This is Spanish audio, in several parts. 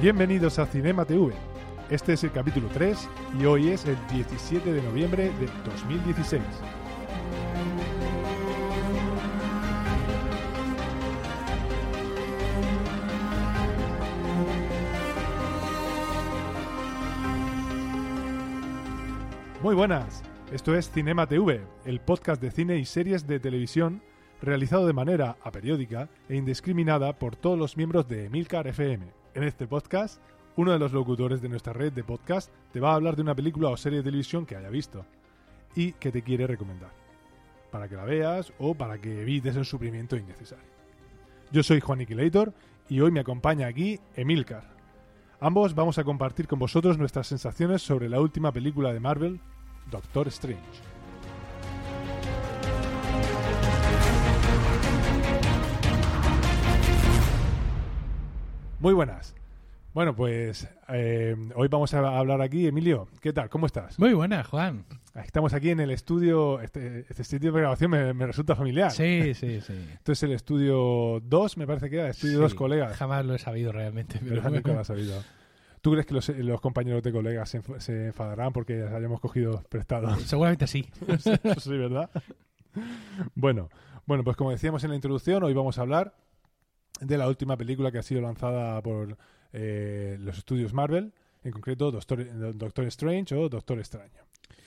Bienvenidos a Cinema TV. Este es el capítulo 3 y hoy es el 17 de noviembre de 2016. Muy buenas, esto es Cinema TV, el podcast de cine y series de televisión realizado de manera aperiódica e indiscriminada por todos los miembros de Emilcar FM. En este podcast, uno de los locutores de nuestra red de podcast te va a hablar de una película o serie de televisión que haya visto y que te quiere recomendar, para que la veas o para que evites el sufrimiento innecesario. Yo soy Juan Iquilator y hoy me acompaña aquí Emilcar. Ambos vamos a compartir con vosotros nuestras sensaciones sobre la última película de Marvel, Doctor Strange. Muy buenas. Bueno, pues eh, hoy vamos a hablar aquí, Emilio. ¿Qué tal? ¿Cómo estás? Muy buena, Juan. Estamos aquí en el estudio, este, este estudio de grabación me, me resulta familiar. Sí, sí, sí. Esto es el estudio 2, me parece que era, el estudio Sí. 2 colegas. Jamás lo he sabido realmente, pero Pero bueno. nunca lo has sabido. ¿Tú crees que los, los compañeros de colegas se, enf- se enfadarán porque les hayamos cogido prestado? seguramente sí. Eso sí, ¿verdad? Bueno, bueno, pues como decíamos en la introducción, hoy vamos a hablar de la última película que ha sido lanzada por eh, los estudios Marvel, en concreto Doctor, Doctor Strange o Doctor Extraño.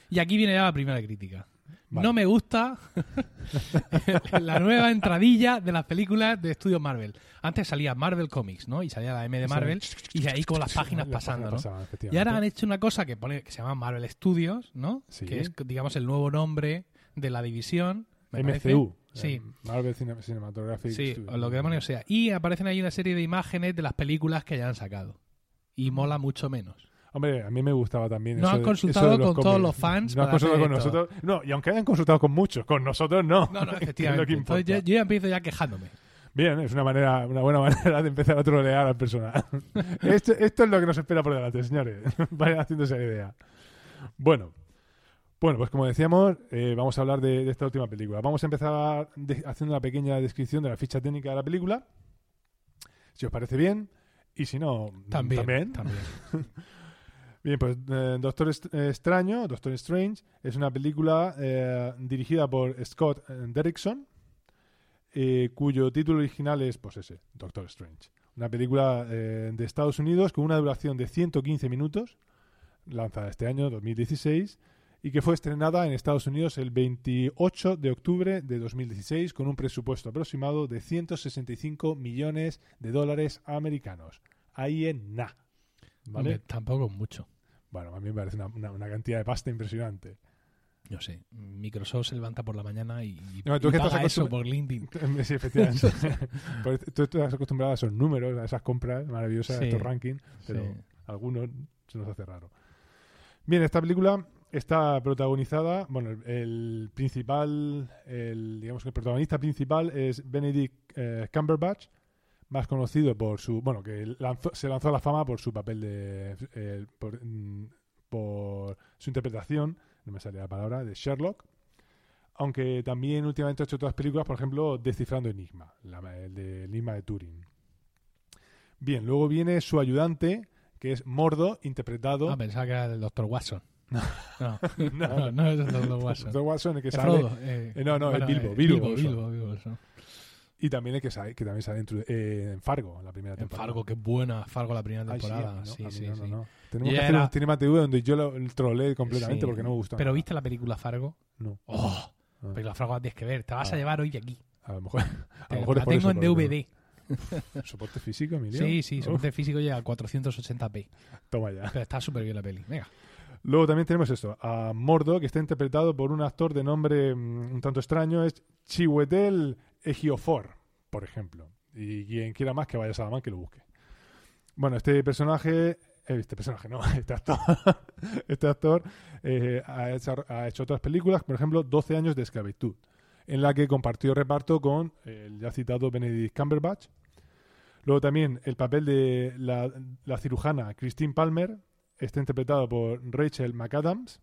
Y aquí viene ya la primera crítica. Vale. No me gusta la nueva entradilla de las películas de estudios Marvel. Antes salía Marvel Comics, ¿no? Y salía la M de Marvel y ahí con las páginas Las pasando, ¿no? páginas pasaban, Y ahora han efectivamente. hecho una cosa que pone que se llama Marvel Studios, ¿no? Sí. Que es, digamos, el nuevo nombre de la división. me parece. MCU. Sí. eh, Marvel Cine- Cinematographic Sí, Studios. o lo que demonios sea. Y aparecen ahí una serie de imágenes de las películas que ya han sacado. Y mola mucho menos. Hombre, a mí me gustaba también. No eso han de- consultado eso de con todos cómics. los fans No han para consultado hacer con esto. nosotros. No, y aunque hayan consultado con muchos, con nosotros no. Que No, no, es lo efectivamente. que Entonces yo, importa. yo ya empiezo ya quejándome. Bien, es una manera, una buena manera de empezar a trolear al personal. esto, esto es lo que nos espera por delante, señores. Vayan haciéndose la idea. Bueno, bueno, pues como decíamos, eh, vamos a hablar de, de esta última película. Vamos a empezar de- haciendo una pequeña descripción de la ficha técnica de la película. Si os parece bien, y si no, También. también. Bien, pues eh, Doctor Est- eh, Extraño, Doctor Strange, es una película eh, dirigida por Scott eh, Derrickson, eh, cuyo título original es, pues ese, Doctor Strange. Una película eh, de Estados Unidos con una duración de 115 minutos, lanzada este año, 2016, y que fue estrenada en Estados Unidos el 28 de octubre de 2016 con un presupuesto aproximado de 165 millones de dólares americanos. Ahí en na. Hombre, tampoco mucho. Bueno, a mí me parece una, una- una cantidad de pasta impresionante. No sé. Microsoft se levanta por la mañana y, y- No, tú y es que paga estás eso acostum- por LinkedIn. Sí, efectivamente. Por- Tú estás acostumbrado a esos números, a esas compras maravillosas, Sí. a estos rankings, pero Sí. algunos se nos hace raro. Bien, esta película está protagonizada, bueno, el, el principal, el, digamos que el protagonista principal es Benedict eh, Cumberbatch, más conocido por su, bueno, que lanzó- se lanzó a la fama por su papel de, eh, por, mm, por su interpretación, no me sale la palabra, de Sherlock. Aunque también últimamente ha hecho otras películas, por ejemplo, Descifrando Enigma, la, el de Enigma de Turing. Bien, luego viene su ayudante, que es Mordo, interpretado Ah, pensaba que era del Dr. Watson. No, No. no, no, es el Dr. Dr. Watson. Watson, el que Es sale. Frodo, eh, Eh, no, no, es bueno, Bilbo, eh, Bilbo Bilbo, Bolsón. Bilbo, Bilbo Bolsón. Y también el que, sale, que también sale en, Tru- eh, en Fargo, en la primera En temporada. Fargo, qué buena Fargo la primera Ay, sí, temporada. a mí no, sí, a mí sí, no, no, sí. no. Tenemos Y que hacer era- un Cinema TV donde yo lo el troleé completamente Sí. porque no me gusta. Pero ¿viste la película Fargo? No. ¡Oh! Ah. Película Fargo la tienes que ver. Te la vas Ah. a llevar hoy de aquí. A lo mejor, a Te- lo mejor la es por tengo eso, en porque no- DVD. ¿Soporte físico, Emilio? Sí, sí, Uf, soporte físico llega a 480p. toma ya. Pero está súper bien la peli. Venga. Luego también tenemos esto, a Mordo, que está interpretado por un actor de nombre mm, un tanto extraño, es Chiwetel Ejiofor, por ejemplo. Y quien quiera más que vaya a Salamanca que lo busque. Bueno, este personaje, eh, este personaje no, este actor, este actor eh, ha, hecho, ha hecho otras películas, por ejemplo, 12 años de esclavitud, en la que compartió reparto con el ya citado Benedict Cumberbatch. Luego también el papel de la, la cirujana Christine Palmer, está interpretado por Rachel McAdams,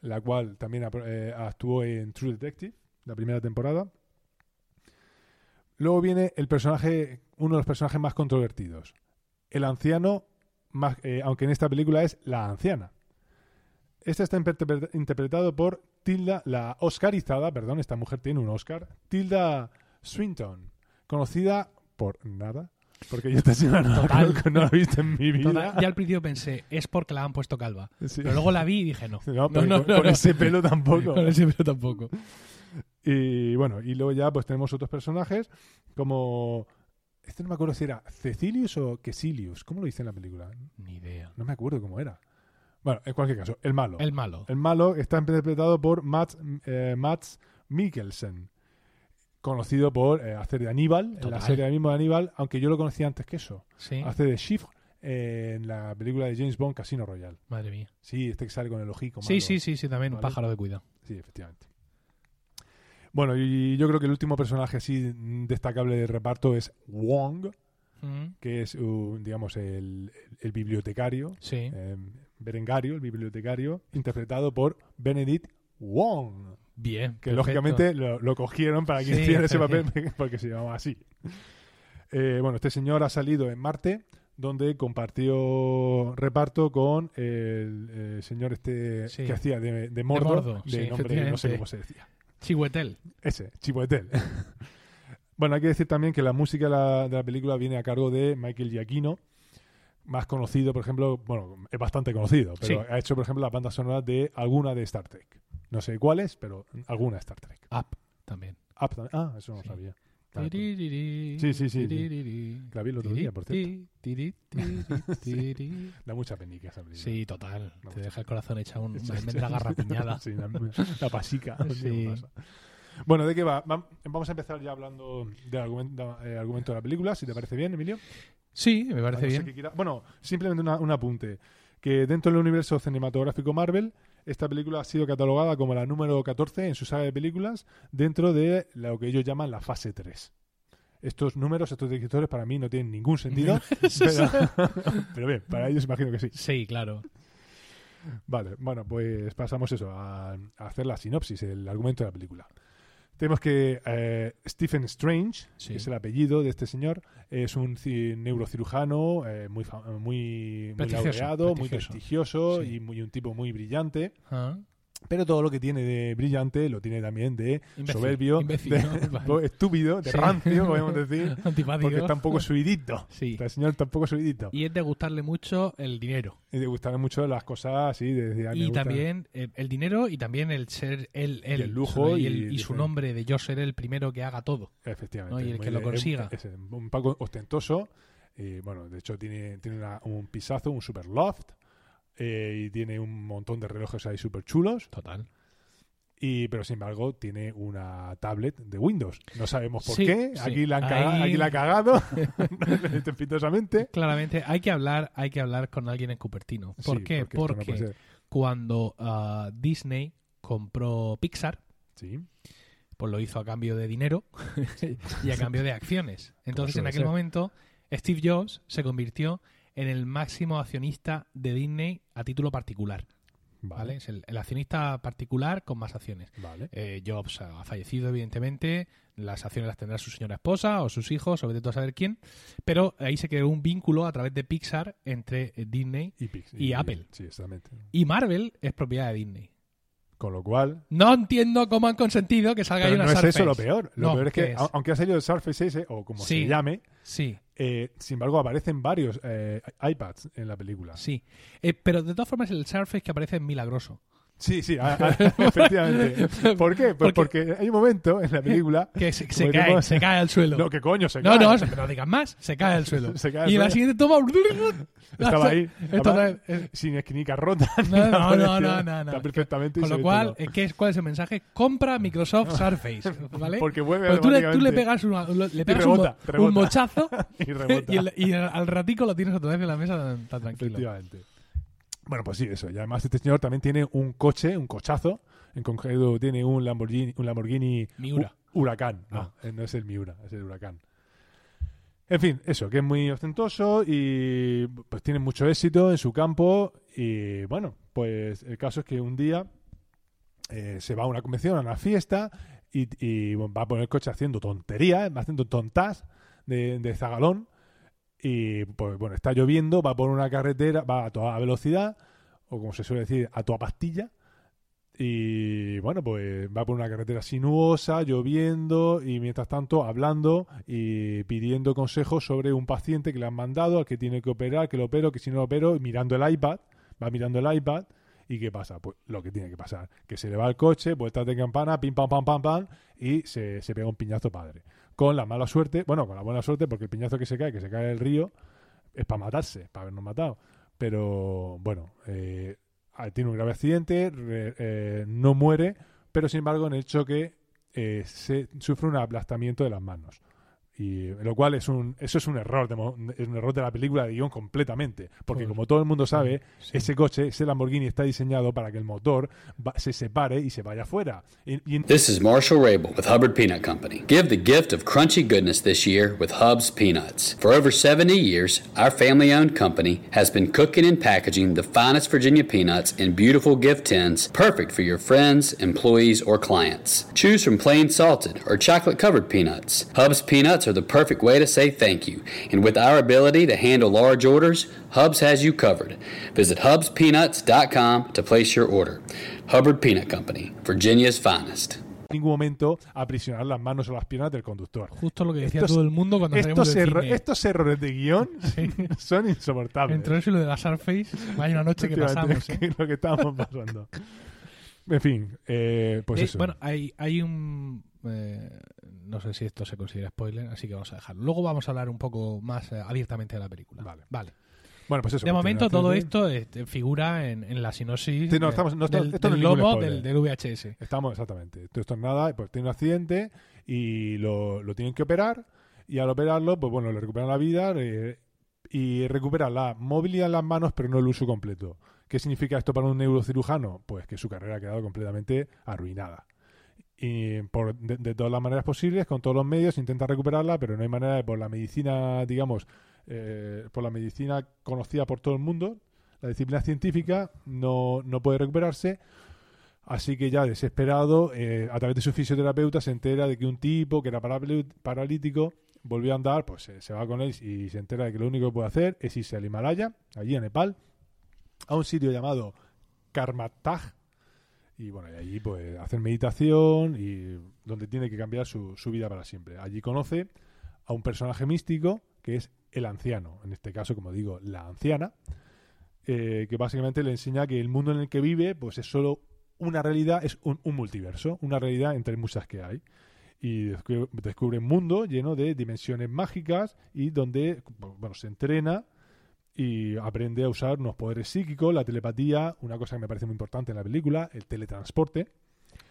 la cual también apro- eh, actuó en True Detective, la primera temporada. Luego viene el personaje, uno de los personajes más controvertidos. El anciano, más- eh, aunque en esta película es la anciana. Este está interpre- interpretado por Tilda, la Oscarizada, perdón, esta mujer tiene un Oscar, Tilda Swinton, conocida por nada, porque yo esta señora no, la Total. conozco, no la he visto en mi vida. Total, ya al principio pensé, es porque la han puesto calva. Sí. Pero luego la vi y dije, no. No, porque con, con no. ese pelo tampoco. Con ese pelo tampoco. Y bueno, y luego ya pues tenemos otros personajes como... Este no me acuerdo si era Cecilius o Quesilius. ¿Cómo lo dice en la película? Ni idea. No me acuerdo cómo era. Bueno, en cualquier caso, el malo. El malo. El malo está interpretado por Matt, Mats Mikkelsen, conocido por eh, hacer de Aníbal, en la Total. serie mismo de Aníbal, aunque yo lo conocía antes que eso. Sí. Hace de Shift en la película de James Bond, Casino Royale. Madre mía. Sí, este que sale con el ojico. Sí, malo. sí, sí, sí, también un Vale. pájaro de cuidado. Sí, efectivamente. Bueno, y yo creo que el último personaje así destacable del reparto es Wong, Mm, que es, uh, digamos, el, el bibliotecario, Sí. eh, Berengario, el bibliotecario, interpretado por Benedict Wong, Bien. que perfecto. lógicamente lo, lo cogieron para que Sí, hiciera ese sí. papel porque se llamaba así. Eh, bueno, este señor ha salido en Marte, donde compartió reparto con el, eh, señor este Sí. que hacía de, de Mordo, de, Mordo, sí, nombre no sé efectivamente. cómo se decía. Chihuetel. Ese, Chipoetel. bueno, hay que decir también que la música de la, de la película viene a cargo de Michael Giacchino, más conocido, por ejemplo, bueno, es bastante conocido, pero Sí. ha hecho, por ejemplo, las bandas sonoras de alguna de Star Trek. No sé cuáles, pero alguna de Star Trek. Up también. Ah, pues también- ah, eso no Sí. sabía. Claro, pues, Sí, Sí, sí, sí, sí. sí. La vi el otro día, por cierto. cierto. Da mucha penica esa película. Sí, total. Me Te gusta. deja el corazón hecha un, Sí, una sí. almendra garrapiñada. Sí, la, la pasica. no sé Sí. qué pasa. Bueno, ¿de qué va? Vam- Vamos a empezar ya hablando del argumento, eh, argumento de la película, si te parece bien, Emilio. Sí, me parece A no ser bien. que quiera- Bueno, simplemente una- un apunte. Que dentro del universo cinematográfico Marvel, esta película ha sido catalogada como la número 14 en su saga de películas dentro de lo que ellos llaman la fase 3. Estos números, estos directores, para mí no tienen ningún sentido. pero, pero bien, para ellos imagino que sí. Sí, claro. Vale, bueno, pues pasamos eso, a, a hacer la sinopsis, el argumento de la película. Tenemos que eh, Stephen Strange, Sí. que es el apellido de este señor, es un ci- neurocirujano eh, muy, fa- muy, muy Prestigioso, laureado, muy prestigioso. prestigioso Sí. y muy, un tipo muy brillante. Ah, Pero todo lo que tiene de brillante lo tiene también de imbécil, soberbio, imbécil, de ¿no? Vale. estúpido, de Sí. rancio, podemos decir, Antipático. porque está un poco subidito. Sí. Este señor está un poco subidito. Y es de gustarle mucho el dinero. Y le gustan mucho las cosas así, de, de- "Ay, me y gusta". también eh, el dinero y también el ser él, él, el lujo y, y el- y su diferente. nombre de yo ser el primero que haga todo. Efectivamente. ¿no? Y el muy que lo de- consiga. Es, es un poco ostentoso. Y bueno, de hecho tiene, tiene una- un pisazo, un super loft. eh, y tiene un montón de relojes ahí super chulos. Total. Y, pero sin embargo, tiene una tablet de Windows. No sabemos por Sí, qué. sí. Aquí, la han caga- Ahí- aquí la ha cagado. Estrepitosamente. Claramente, hay que hablar, hay que hablar con alguien en Cupertino. ¿Por Sí, qué? esto no Porque, puede ser. cuando ah, Disney compró Pixar, Sí, pues lo hizo a cambio de dinero y a cambio de acciones. Entonces, en suele aquel ser. momento, Steve Jobs se convirtió en el máximo accionista de Disney a título particular. ¿vale? vale. Es el, el accionista particular con más acciones. Vale. Eh, Jobs ha fallecido, evidentemente. Las acciones las tendrá su señora esposa o sus hijos, sobre todo a saber quién. Pero ahí se creó un vínculo a través de Pixar entre eh, Disney Y, Pix- y Apple. Sí, exactamente. y Marvel es propiedad de Disney. Con lo cual, No entiendo cómo han consentido que salga ahí pero una no es Surface. eso lo peor. Lo No, peor es ¿qué que, es? a- aunque ha salido el Surface 6 o como Sí. se llame, Sí, Eh, sin embargo, aparecen varios eh, iPads en la película. sí. Eh, pero de todas formas, el Surface que aparece es milagroso. Sí, sí, a- a- efectivamente. ¿Por qué? Pues porque, hay un momento en la película Que se, se como cae, decimos- se cae al suelo. No, que coño, se no, cae. no, se- no digas más, se cae al suelo. Se cae al y en la suelo. siguiente toma. Estaba ahí. Esto además, otra vez, eh, sin esquinica rota. ni No, nada no, por el no, estilo. no, no, no. Está perfectamente. y Con se lo ve cual, todo. eh, ¿qué es, ¿cuál es el mensaje? Compra Microsoft Surface, ¿vale? Porque vuelve Pero tú, le, tú le automáticamente. pegas, una- lo- le pegas rebota, un, mo- rebota. un mochazo Y rebota. y, el- y al- al ratico lo tienes otra vez en la mesa tan- tan tranquilo. Efectivamente. Bueno, pues sí, eso. Y además este señor también tiene un coche, un cochazo. En concreto tiene un Lamborghini, un Lamborghini Miura. hu- Huracán. No, eh, no es el Miura, es el Huracán. En fin, eso, que es muy ostentoso y pues tiene mucho éxito en su campo. Y bueno, pues el caso es que un día eh, se va a una convención, a una fiesta, y, y, bueno, va a poner el coche haciendo tonterías, haciendo tontas de, de zagalón. Y pues bueno, está lloviendo, va por una carretera, va a toda velocidad, o como se suele decir, a toda pastilla. Y bueno, pues va por una carretera sinuosa, lloviendo, y mientras tanto hablando y pidiendo consejos sobre un paciente que le han mandado, al que tiene que operar, que lo opero, que si no lo opero, y mirando el iPad, va mirando el iPad, y ¿qué pasa? Pues lo que tiene que pasar, que se le va el coche, vueltas de campana, pim, pam, pam, pam, pam, y se, se pega un piñazo padre. Con la mala suerte, bueno, con la buena suerte, porque el piñazo que se cae, que se cae del río, es para matarse, para habernos matado. Pero bueno, eh, ah, tiene un grave accidente, re- eh, no muere, pero sin embargo en el choque eh, se sufre un aplastamiento de las manos. Y eh, lo cual es un, eso es un error, de, mo- es un error de la película de guión completamente. Porque Joder. Mm, como todo el mundo sabe, Sí. ese coche, ese Lamborghini está diseñado para que el motor va- se separe y se vaya afuera. Y- y This is Marshall Rabel with Hubbard Peanut Company. Give the gift of crunchy goodness this year with Hub's Peanuts. For over 70 years, our family owned company has been cooking and packaging the finest Virginia peanuts in beautiful gift tins, perfect for your friends, employees, or clients. Choose from plain salted or chocolate covered peanuts. Hub's Peanuts are the perfect way to say thank you, and with our ability to handle large orders, Hub's has you covered. Visit hubspeanuts.com to place your order. Hubbard Peanut Company, Virginia's finest. en ningún momento aprisionar las manos o las piernas del conductor. Justo lo que decía Estos- todo el mundo cuando Estos, salíamos del erro- cine. estos errores de guión son insoportables. Entre eso y lo de la Surface, vaya una noche que pasamos. Efectivamente, ¿eh? que es lo que estábamos pasando. En fin, eh, pues Eh, eso. Bueno, hay, hay un... eh, no sé si esto se considera spoiler, así que vamos a dejarlo. Luego vamos a hablar un poco más eh, abiertamente de la película. Vale. vale. Bueno, pues eso. De momento continuación todo de- esto este, figura en, en la sinopsis Sí, no, de- estamos- no, esto- del, esto no del es ningún logo spoiler. del, del VHS. Estamos, exactamente. Esto esto es nada, pues tiene un accidente y lo, lo tienen que operar. Y al operarlo, pues bueno, le recuperan la vida eh, y recupera la movilidad en las manos, pero no el uso completo. ¿Qué significa esto para un neurocirujano? Pues que su carrera ha quedado completamente arruinada. Y por, de, de todas las maneras posibles, con todos los medios, intenta recuperarla, pero no hay manera de, por la medicina, digamos, eh, por la medicina conocida por todo el mundo, la disciplina científica, no, no puede recuperarse. Así que ya desesperado, eh, a través de su fisioterapeuta se entera de que un tipo que era paraplu- paralítico volvió a andar, pues eh, se va con él y se entera de que lo único que puede hacer es irse al Himalaya, allí a Nepal, a un sitio llamado Karmataj, y bueno, y allí pues hacer meditación y donde tiene que cambiar su, su vida para siempre. Allí conoce a un personaje místico que es el anciano, en este caso, como digo, la anciana, eh, que básicamente le enseña que el mundo en el que vive pues es solo una realidad, es un, un multiverso, una realidad entre muchas que hay. Y descubre, descubre un mundo lleno de dimensiones mágicas y donde bueno, se entrena y aprende a usar unos poderes psíquicos, la telepatía, una cosa que me parece muy importante en la película, el teletransporte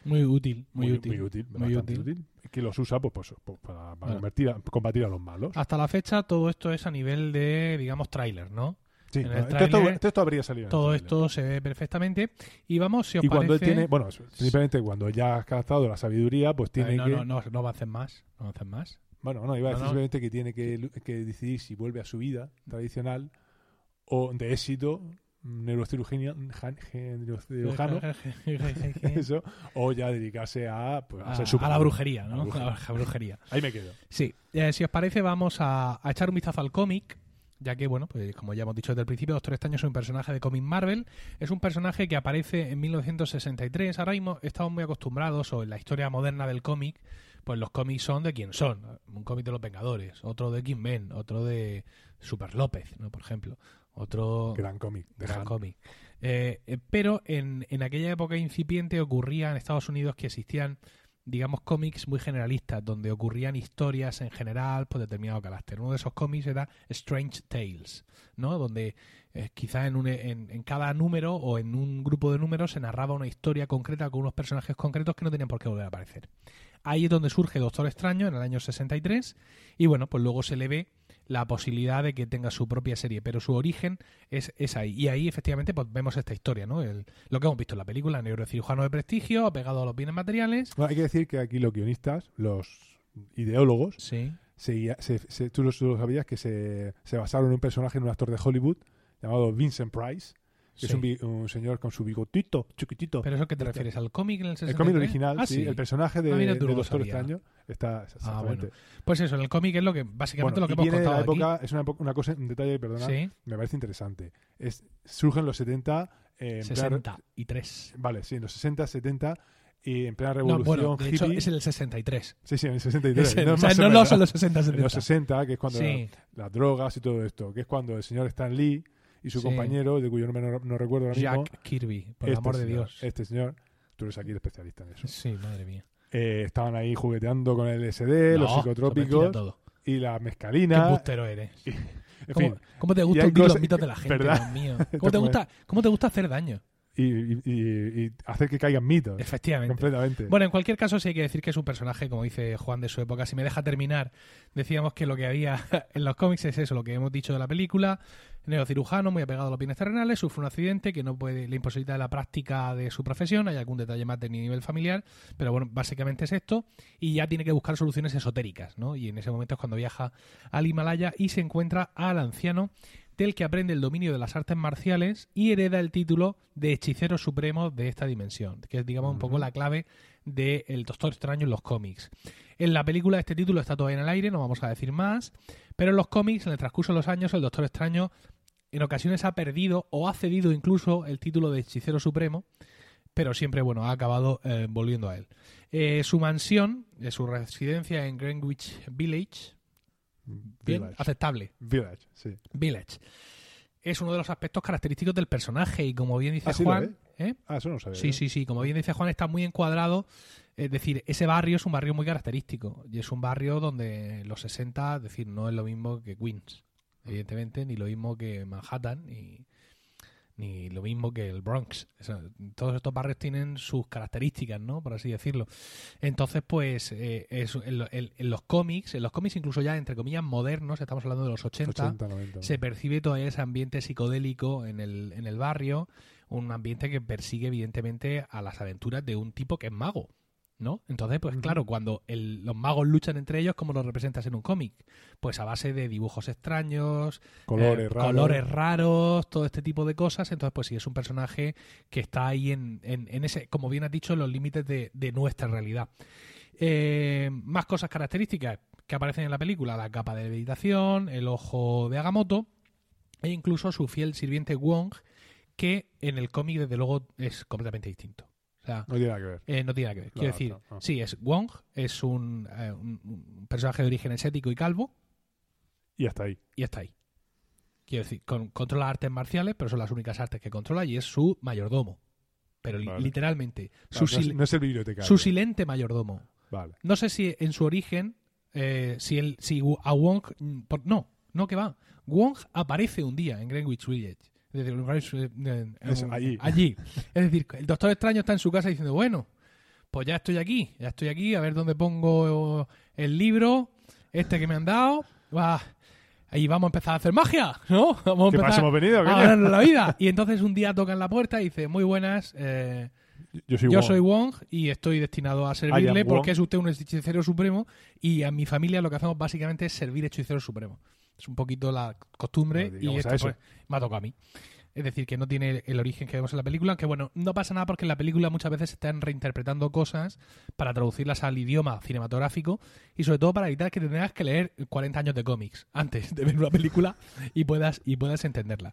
Muy útil, muy, útil. muy útil, muy bastante útil. Ah. útil. Que los usa pues, pues, pues, para, para Bueno. convertir a- combatir a los malos. Hasta la fecha todo esto es a nivel de, digamos, tráiler, ¿no? Sí, en el no, esto, tráiler- esto- esto- esto habría salido. en el Todo tráiler. esto se ve perfectamente. Y vamos, si os Y cuando él parece... tiene, bueno, simplemente cuando ya has captado la sabiduría, pues tiene no, que. no, no, no avancen más, no avancen más. Bueno, no, iba a No, decir no. simplemente que tiene que, que decidir si vuelve a su vida tradicional o de éxito mm, neurocirugenia- jan- neurocirujano, eso, o ya dedicarse a, pues, a Ah, a, ser su a la brujería, ¿no? A la brujería. A la brujería. Ahí me quedo. Sí, eh, si os parece vamos a, a echar un vistazo al cómic, ya que, bueno, pues como ya hemos dicho desde el principio, Doctor Extraño es un personaje de cómic Marvel, es un personaje que aparece en 1963, ahora mismo estamos muy acostumbrados, o en la historia moderna del cómic, pues los cómics son de quien son, un cómic de los Vengadores, otro de X-Men, otro de Super López, ¿no? Por ejemplo, otro... Gran cómic. de gran Han. cómic. Eh, eh, pero en, en aquella época incipiente ocurría en Estados Unidos que existían, digamos, cómics muy generalistas, donde ocurrían historias en general por determinado carácter. Uno de esos cómics era Strange Tales, ¿no? Donde eh, quizás en, un- en- en cada número o en un grupo de números se narraba una historia concreta con unos personajes concretos que no tenían por qué volver a aparecer. Ahí es donde surge Doctor Extraño en el año 63 y bueno, pues luego se le ve la posibilidad de que tenga su propia serie, pero su origen es, es ahí. Y ahí efectivamente pues, vemos esta historia, ¿no? El- lo que hemos visto en la película, neurocirujano de prestigio, apegado a los bienes materiales. Bueno, hay que decir que aquí los guionistas, los ideólogos, Sí. se guía- se- se- tú, lo, tú lo sabías que se, se basaron en un personaje, en un actor de Hollywood llamado Vincent Price, que es Sí. un, bi- un señor con su bigotito, chiquitito. ¿Pero eso que te refieres? ¿Al cómic en el 63? el cómic original, Ah, sí, el personaje de, Ah, mira, tú de no lo Doctor sabías. Extraño está Ah, bueno. exactamente. Pues eso, en el cómic es lo que básicamente Bueno, lo que y hemos viene de contado la aquí. época, es una, po- una cosa, un detalle, perdona, Sí, me parece interesante. Es, surgen los 70, eh, en plan- 63. vale, sí, en los 60, 70, y en plena No, revolución bueno, de hecho hippie. es en el 63. Sí, sí, en el 63. Es en- no, o sea, más o no, no menos. son los 60, 70. en los 60, que es cuando Sí, las drogas y todo esto, que es cuando el señor Stan Lee y su Sí. compañero, de cuyo nombre no, no recuerdo ahora mismo, Jack Kirby, por el este amor de señor- Dios. Este señor, tú eres aquí el especialista en eso. Sí, madre mía. Eh, estaban ahí jugueteando con el SD, los No, eso me tira psicotrópicos todo. y la Qué mezcalina. bustero eres. En ¿Cómo, fin, cómo te y gusta hay hundir los cosas- mitos de la gente, ¿verdad? Dios mío? ¿Cómo Esto te, es- gusta, ¿Cómo te gusta hacer daño? y, y- y- y hacer que caigan mitos. Efectivamente. Completamente. Bueno, en cualquier caso sí hay que decir que es un personaje, como dice Juan, de su época. Si me deja terminar, decíamos que lo que había en los cómics es eso, lo que hemos dicho de la película. Neurocirujano, muy apegado a los bienes terrenales, sufre un accidente que no puede, le imposibilita la práctica de su profesión. Hay algún detalle más de nivel familiar, pero bueno, básicamente es esto. Y ya tiene que buscar soluciones esotéricas, ¿no? Y en ese momento es cuando viaja al Himalaya y se encuentra al anciano del que aprende el dominio de las artes marciales y hereda el título de hechicero supremo de esta dimensión, que es digamos un poco Ujú. la clave de El Doctor Extraño en los cómics. En la película este título está todavía en el aire, no vamos a decir más, pero en los cómics, en el transcurso de los años, el Doctor Extraño en ocasiones ha perdido o ha cedido incluso el título de hechicero supremo, pero siempre bueno, ha acabado eh, volviendo a él. Eh, su mansión, eh, su residencia en Greenwich Village, bien, Village. aceptable, Village, sí. Village, es uno de los aspectos característicos del personaje y como bien dice Ah, sí lo Juan, ¿eh? Ah, eso no lo sabía. Sí, yo. sí, sí. Como bien dice Juan, está muy encuadrado. Es decir, ese barrio es un barrio muy característico. Y es un barrio donde los 60, es decir, no es lo mismo que Queens, evidentemente, ni lo mismo que Manhattan, ni, ni lo mismo que el Bronx. O sea, todos estos barrios tienen sus características, ¿no? Por así decirlo. Entonces, pues, eh, es- en, lo- en- en los cómics, en los cómics incluso ya, entre comillas, modernos, estamos hablando de los 80 80, 90. se percibe todavía ese ambiente psicodélico en el, en el barrio, un ambiente que persigue evidentemente a las aventuras de un tipo que es mago, ¿no? Entonces, pues Ujú. claro, cuando el- los magos luchan entre ellos, ¿cómo los representas en un cómic? Pues a base de dibujos extraños, colores eh, raros. colores raros, todo este tipo de cosas. Entonces, pues sí, es un personaje que está ahí en, en- en ese, como bien has dicho, en los límites de, de nuestra realidad. Eh, más cosas características que aparecen en la película, la capa de meditación, el ojo de Agamotto e incluso su fiel sirviente Wong, que en el cómic desde luego es completamente distinto. O sea, No tiene nada que ver. eh, no tiene nada que ver. Quiero Claro, decir, claro, ah. sí, es Wong, es un, eh, un- un personaje de origen asiático y calvo, Y hasta ahí. y está ahí. Quiero decir, con- controla artes marciales, pero son las únicas artes que controla y es su mayordomo. Pero li- Vale. literalmente, Claro, su, no, es, sil- no es el bibliotecario. su silente mayordomo. Vale. No sé si en su origen, eh, si, el, si a Wong... mm, por- no, no que va. Wong aparece un día en Greenwich Village. Desde el- eh, eh, Eso, eh, allí. Es decir, el Doctor Extraño está en su casa diciendo, bueno, pues ya estoy aquí, ya estoy aquí, a ver dónde pongo el libro, este que me han dado. Buah, Ahí vamos a empezar a hacer magia, ¿no? Vamos a ¿Qué empezar más hemos venido? a coño? ganarnos la vida. Y entonces un día tocan la puerta y dice, muy buenas, eh, Yo soy yo Wong. soy Wong y estoy destinado a I servirle am porque Wong. es usted un hechicero supremo y a mi familia lo que hacemos básicamente es servir hechicero supremo. Es un poquito la costumbre No y digamos esto a eso. pues, me ha tocado a mí. Es decir, que no tiene el origen que vemos en la película, aunque bueno, no pasa nada porque en la película muchas veces se están reinterpretando cosas para traducirlas al idioma cinematográfico y sobre todo para evitar que te tengas que leer 40 años de cómics antes de ver una película y puedas, y puedas entenderla.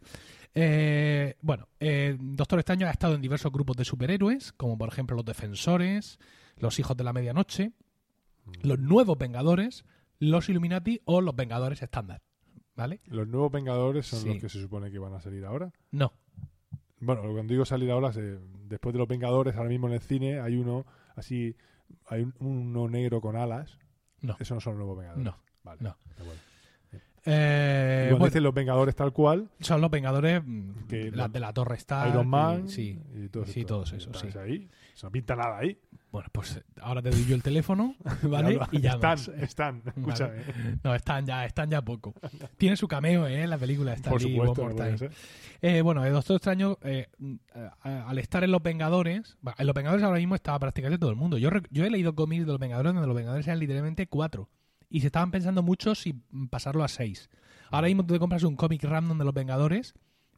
Eh, bueno, eh, Doctor Extraño ha estado en diversos grupos de superhéroes, como por ejemplo los Defensores, los Hijos de la Medianoche, Mm. los Nuevos Vengadores, los Illuminati o los Vengadores estándar. ¿Vale? Los nuevos Vengadores son Sí. los que se supone que van a salir ahora. No, Bueno, cuando digo salir ahora, se- después de Los Vengadores, ahora mismo en el cine hay uno así, hay un- uno negro con alas. No. Eso no son los Vengadores. No, Vale. no. de acuerdo. Eh, Cuando bueno, dicen Los Vengadores tal cual, son los Vengadores, mm, Que lo- las de la Torre Stark. Iron Ah, y- Man sí. y todo sí, esto. todos esos, Entonces sí. ahí, eso no pinta nada ahí. ahora Bueno, pues eh, ahora te doy yo el teléfono, ¿vale? Están, y llamas. están, eh, escúchame. No, están ya, están ya poco. Tiene su cameo, ¿eh? En la película está Por ahí, supuesto, One More no puede Time. ser. Eh, bueno, el Doctor Extraño, eh, mm, a- al estar en Los Vengadores, bueno, en Los Vengadores ahora mismo estaba prácticamente todo el mundo. Yo, rec- yo he leído cómics de Los Vengadores donde Los Vengadores eran literalmente cuatro. Y se estaban pensando mucho si mm, pasarlo a seis. Ahora mismo tú te compras un cómic random de Los Vengadores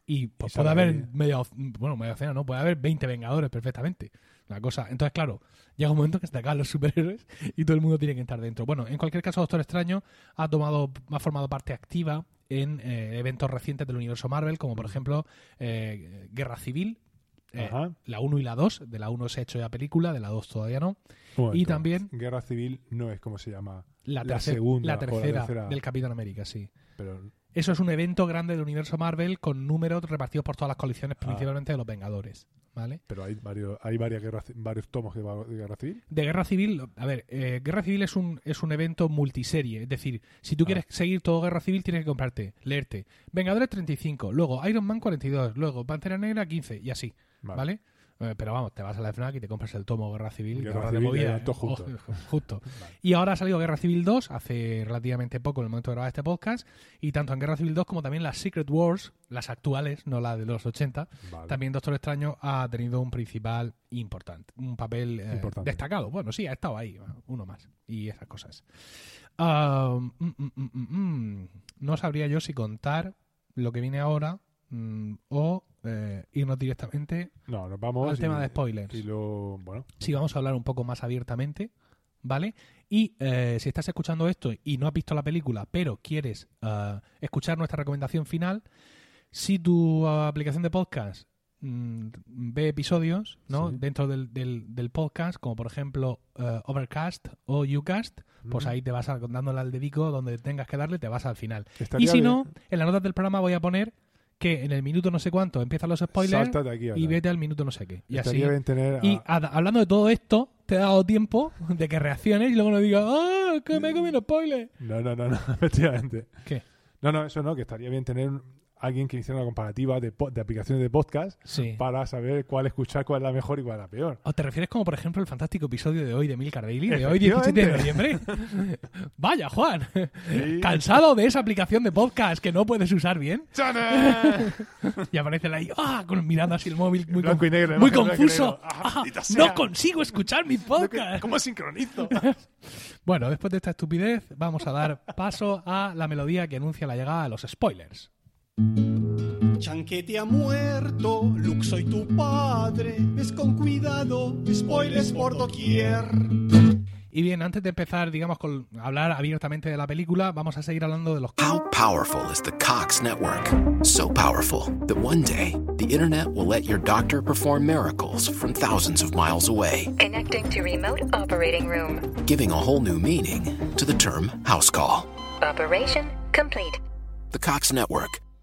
y pues, sale puede haber ahí. media, doc- bueno, media docena, ¿no? Puede haber 20 Vengadores perfectamente. Una cosa. Entonces, claro, llega un momento que se te acaban los superhéroes y todo el mundo tiene que estar dentro. Bueno, en cualquier caso, Doctor Extraño ha tomado, ha formado parte activa en eh, eventos recientes del universo Marvel, como por ejemplo eh, Guerra Civil, eh, Ajá. la 1 y la 2. De la 1 se ha hecho ya película, de la 2 todavía no. Un momento. Y también Guerra Civil no es como se llama, la, La terce- segunda la o la tercera, tercera. del Capitán América, sí. pero Eso es un evento grande del universo Marvel con números repartidos por todas las colecciones, Ah. principalmente de los Vengadores. ¿Vale? pero hay varios hay varias guerras, varios tomos de, va- de Guerra Civil. De Guerra Civil, a ver, eh, Guerra Civil es un, es un evento multiserie. Es decir, si tú Ah. quieres seguir todo Guerra Civil, tienes que comprarte, leerte Vengadores 35, luego Iron Man 42, luego Pantera Negra 15 y así, Vale. ¿vale? Eh, pero vamos, te vas a la FNAC y te compras el tomo Guerra Civil. y te Guerra ahorras de Civil, movida, ya, todo ¿eh? junto. Ojo, justo. Y ahora ha salido Guerra Civil 2, hace relativamente poco en el momento de grabar este podcast, y tanto en Guerra Civil 2 como también las Secret Wars, las actuales, no las de los 80, Vale. también Doctor Extraño ha tenido un principal importante, un papel eh, Importante. destacado. Bueno, sí, ha estado ahí, bueno, uno más, y esas cosas. Ah, mm, mm, mm, mm, mm. No sabría yo si contar lo que viene ahora mm, o eh, irnos directamente No, nos vamos al y- tema de spoilers. Y lo bueno, si vamos a hablar un poco más abiertamente, ¿vale? Y eh, si estás escuchando esto y no has visto la película, pero quieres ah, escuchar nuestra recomendación final, si tu ah, aplicación de podcast mm, ve episodios ¿no? Sí. dentro del, del- del podcast, como por ejemplo eh, Overcast o Ucast, pues Ujú. ahí te vas a- dándole al dedico donde tengas que darle, te vas al final. estaría y si bien. no, en las notas del programa voy a poner que en el minuto no sé cuánto empiezan los spoilers sáltate aquí ahora. y vete al minuto no sé qué. Y así Estaría bien tener a- y ad- hablando de todo esto, te he dado tiempo de que reacciones y luego no digas, ¡ah! que me he Mm. comido spoiler. No, no, no, no, efectivamente. ¿Qué? No, no, eso no, que estaría bien tener alguien que hiciera una comparativa de, po- de aplicaciones de podcast Sí. para saber cuál escuchar, cuál es la mejor y cuál es la peor. ¿O te refieres como, por ejemplo, el fantástico episodio de hoy de Milcar Daily, de hoy 17 de noviembre? Vaya, Juan. Sí. ¿Cansado de esa aplicación de podcast que no puedes usar bien? ¡Chane! Y aparece ahí, ¡ah! Con, mirando así el móvil, muy, Blanco con- y negro, muy imagen blanco y confuso. negro. Ah, ¡Ah! maldita sea. ¡No consigo escuchar mi podcast! ¿Cómo sincronizo? Bueno, después de esta estupidez, vamos a dar paso a la melodía que anuncia la llegada de los spoilers. Chanquete ha muerto, Luke soy tu padre. Ves con cuidado, spoilers por doquier. Y bien, antes de empezar, digamos, con hablar abiertamente de la película, vamos a seguir hablando de los How powerful is the Cox network? So powerful that one day the internet will let your doctor perform miracles from thousands of miles away, Connecting to remote operating room. giving a whole new meaning to the term house call. Operation complete. The Cox network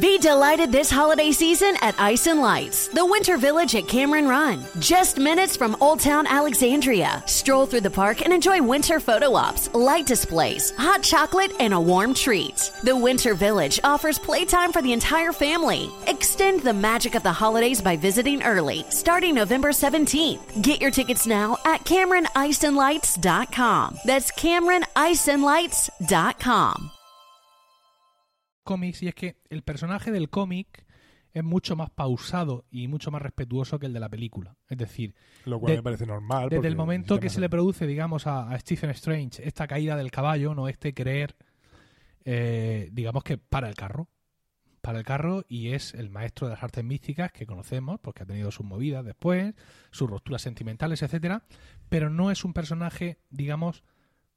Be delighted this holiday season at Ice and Lights, the winter village at Cameron Run. Just minutes from Old Town Alexandria. Stroll through the park and enjoy winter photo ops, light displays, hot chocolate, and a warm treat. The winter village offers playtime for the entire family. Extend the magic of the holidays by visiting early, starting November 17th. Get your tickets now at CameronIceandLights.com. That's CameronIceandLights.com. cómics, y es que el personaje del cómic es mucho más pausado y mucho más respetuoso que el de la película. Es decir, Lo cual de- me parece normal. desde porque el momento que necesitamos- se le produce, digamos, a, a Stephen Strange esta caída del caballo, no este creer, eh, digamos que para el carro. Para el carro y es el maestro de las artes místicas que conocemos, porque ha tenido sus movidas después, sus rupturas sentimentales, etcétera, pero no es un personaje, digamos,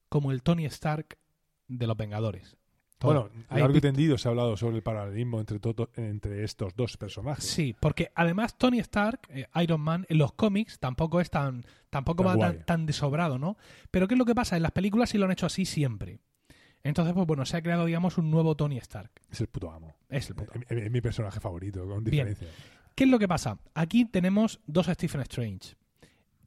como el Tony Stark de los Vengadores, Todo. Bueno, Ahí largo y vi- tendido se ha hablado sobre el paralelismo entre, todo- entre estos dos personajes. Sí, porque además Tony Stark, eh, Iron Man, en los cómics tampoco es tan, tampoco Tan va guay. tan, tan desobrado, ¿no? Pero ¿qué es lo que pasa? En las películas sí lo han hecho así siempre. Entonces, pues bueno, se ha creado, digamos, un nuevo Tony Stark. Es el puto amo. Es el puto. Es, es mi personaje favorito, con Bien. diferencia. ¿Qué es lo que pasa? Aquí tenemos dos Stephen Strange.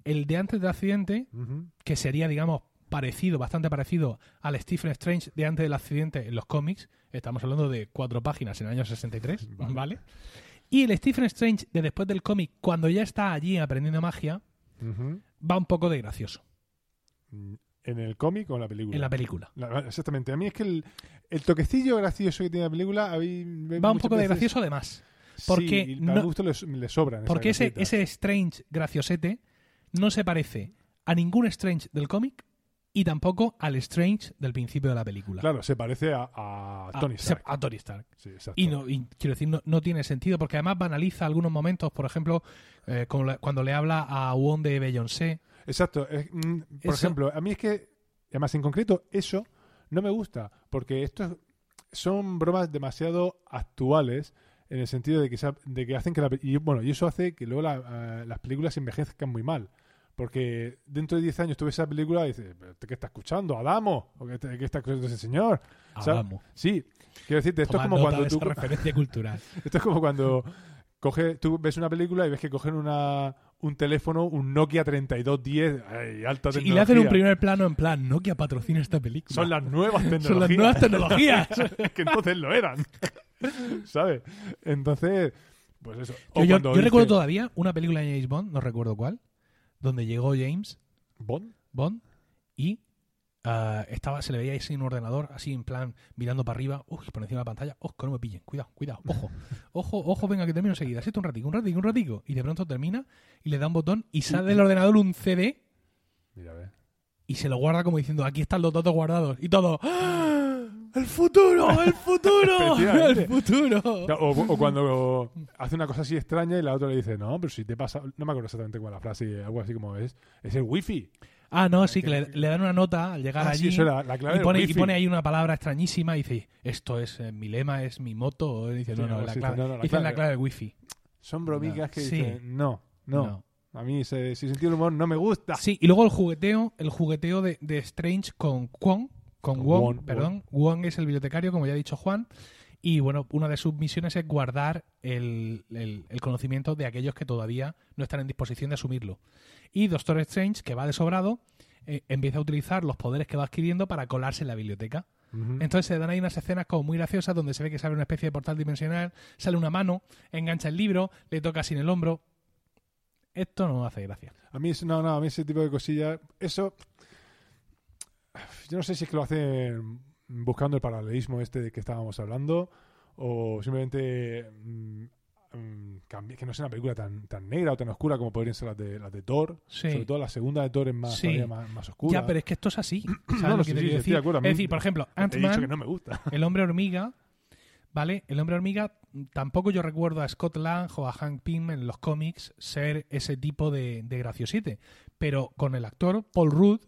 El de antes del accidente, Ujú. que sería, digamos, parecido, bastante parecido al Stephen Strange de antes del accidente en los cómics. Estamos hablando de cuatro páginas en el año 63, Vale. ¿vale? Y el Stephen Strange de después del cómic, cuando ya está allí aprendiendo magia, Ujú. va un poco de gracioso Mm, ¿En el cómic o en la película? en la película. La- exactamente. A mí es que el, el toquecillo gracioso que tiene la película. a mí- Va un muchas poco de veces- gracioso además. Sí, porque y no- para mi gusto le, le sobran. Porque esas ese, gracietas. ese Strange graciosete no se parece a ningún Strange del cómic y tampoco al Strange del principio de la película. Claro, se parece a, a A- Tony Stark. A Tony Stark. Sí, exacto. Ah, Y, no, y quiero decir, no, no tiene sentido, porque además banaliza algunos momentos, por ejemplo, eh, como la- cuando le habla a Won de Beyoncé. Exacto. es- mm, por Eso- ejemplo, a mí es que, además en concreto, eso no me gusta, porque estos son bromas demasiado actuales en el sentido de que, se ha- de que hacen que la, pe- y bueno y eso hace que luego la- eh, las películas envejezcan muy mal porque dentro de 10 años tú ves esa película y dices "¿Pero este ¿qué está escuchando? ¿Adamo? ¿o qué, te- qué está escuchando ese señor? O sea, Adamo. sí quiero decirte esto Toma es como nota cuando de tú esa referencia cultural. esto es como cuando coge, tú ves una película y ves que cogen una, un teléfono, un Nokia 3210, ay, alta Sí, tecnología. y le hacen un primer plano en plan, Nokia patrocina esta película. Son las nuevas tecnologías. Son las nuevas tecnologías. que entonces lo eran. ¿Sabes? Entonces, pues eso. O yo yo- cuando yo dice- recuerdo todavía una película de James Bond, no recuerdo cuál, donde llegó James ¿Bond? Bond y ah, estaba, se le veía ahí sin un ordenador, así en plan mirando para arriba, uy, por encima de la pantalla, ojo, que no me pillen, cuidado, cuidado, ojo, ojo, ojo, venga que termino enseguida, esto un ratico, un ratico, un ratico, y de pronto termina y le da un botón y sale del ordenador un CD Mira, a ver. y se lo guarda como diciendo, aquí están los datos guardados y todo. ¡Ah! ¡El futuro! ¡El futuro! Efectivamente. ¡El futuro! O, o cuando hace una cosa así extraña y la otra le dice, no, pero si te pasa, no me acuerdo exactamente cuál es la frase, algo así como es, es el wifi. Ah, no, sí, que le, le dan una nota al llegar Ah, sí, allí. eso era la clave y, del pone, y wifi. pone ahí una palabra extrañísima y dice, esto es eh, mi lema, es mi moto. o- y dice, Sí, no, no, algo la así, clave. no, no, la Dicen clave. la clave del wifi. Son bromicas que Sí. dicen, no, no, No. A mí ese, ese sentido del humor no me gusta. Sí, y luego el jugueteo, el jugueteo de, de Strange con Kwon, con Con Wong, Wong, perdón. Wong es el bibliotecario, como ya ha dicho Juan. Y bueno, una de sus misiones es guardar el, el- el conocimiento de aquellos que todavía no están en disposición de asumirlo. Y Doctor Strange, que va de sobrado, eh, empieza a utilizar los poderes que va adquiriendo para colarse en la biblioteca. Ujú. Entonces se dan ahí unas escenas como muy graciosas donde se ve que sale una especie de portal dimensional, sale una mano, engancha el libro, le toca sin el hombro. Esto no hace gracia. A mí, es- no, no, a mí ese tipo de cosillas, eso. Yo no sé si es que lo hacen buscando el paralelismo este de que estábamos hablando o simplemente mm, mm, cambi- que no sea una película tan, tan negra o tan oscura como podrían ser las de, las de Thor. Sí. Sobre todo la segunda de Thor es más, Sí. todavía más, más oscura. Ya, pero es que esto es así. ¿Sabes No, no, lo que sí, te sí, sí, quiero estoy decir? de acuerdo. A mí- Es decir, por ejemplo, Te he dicho que Ant-Man, no me gusta. el hombre hormiga, ¿vale? El hombre hormiga, mm, tampoco yo recuerdo a Scott Lang o a Hank Pym en los cómics ser ese tipo de, de graciosite. Pero con el actor Paul Rudd,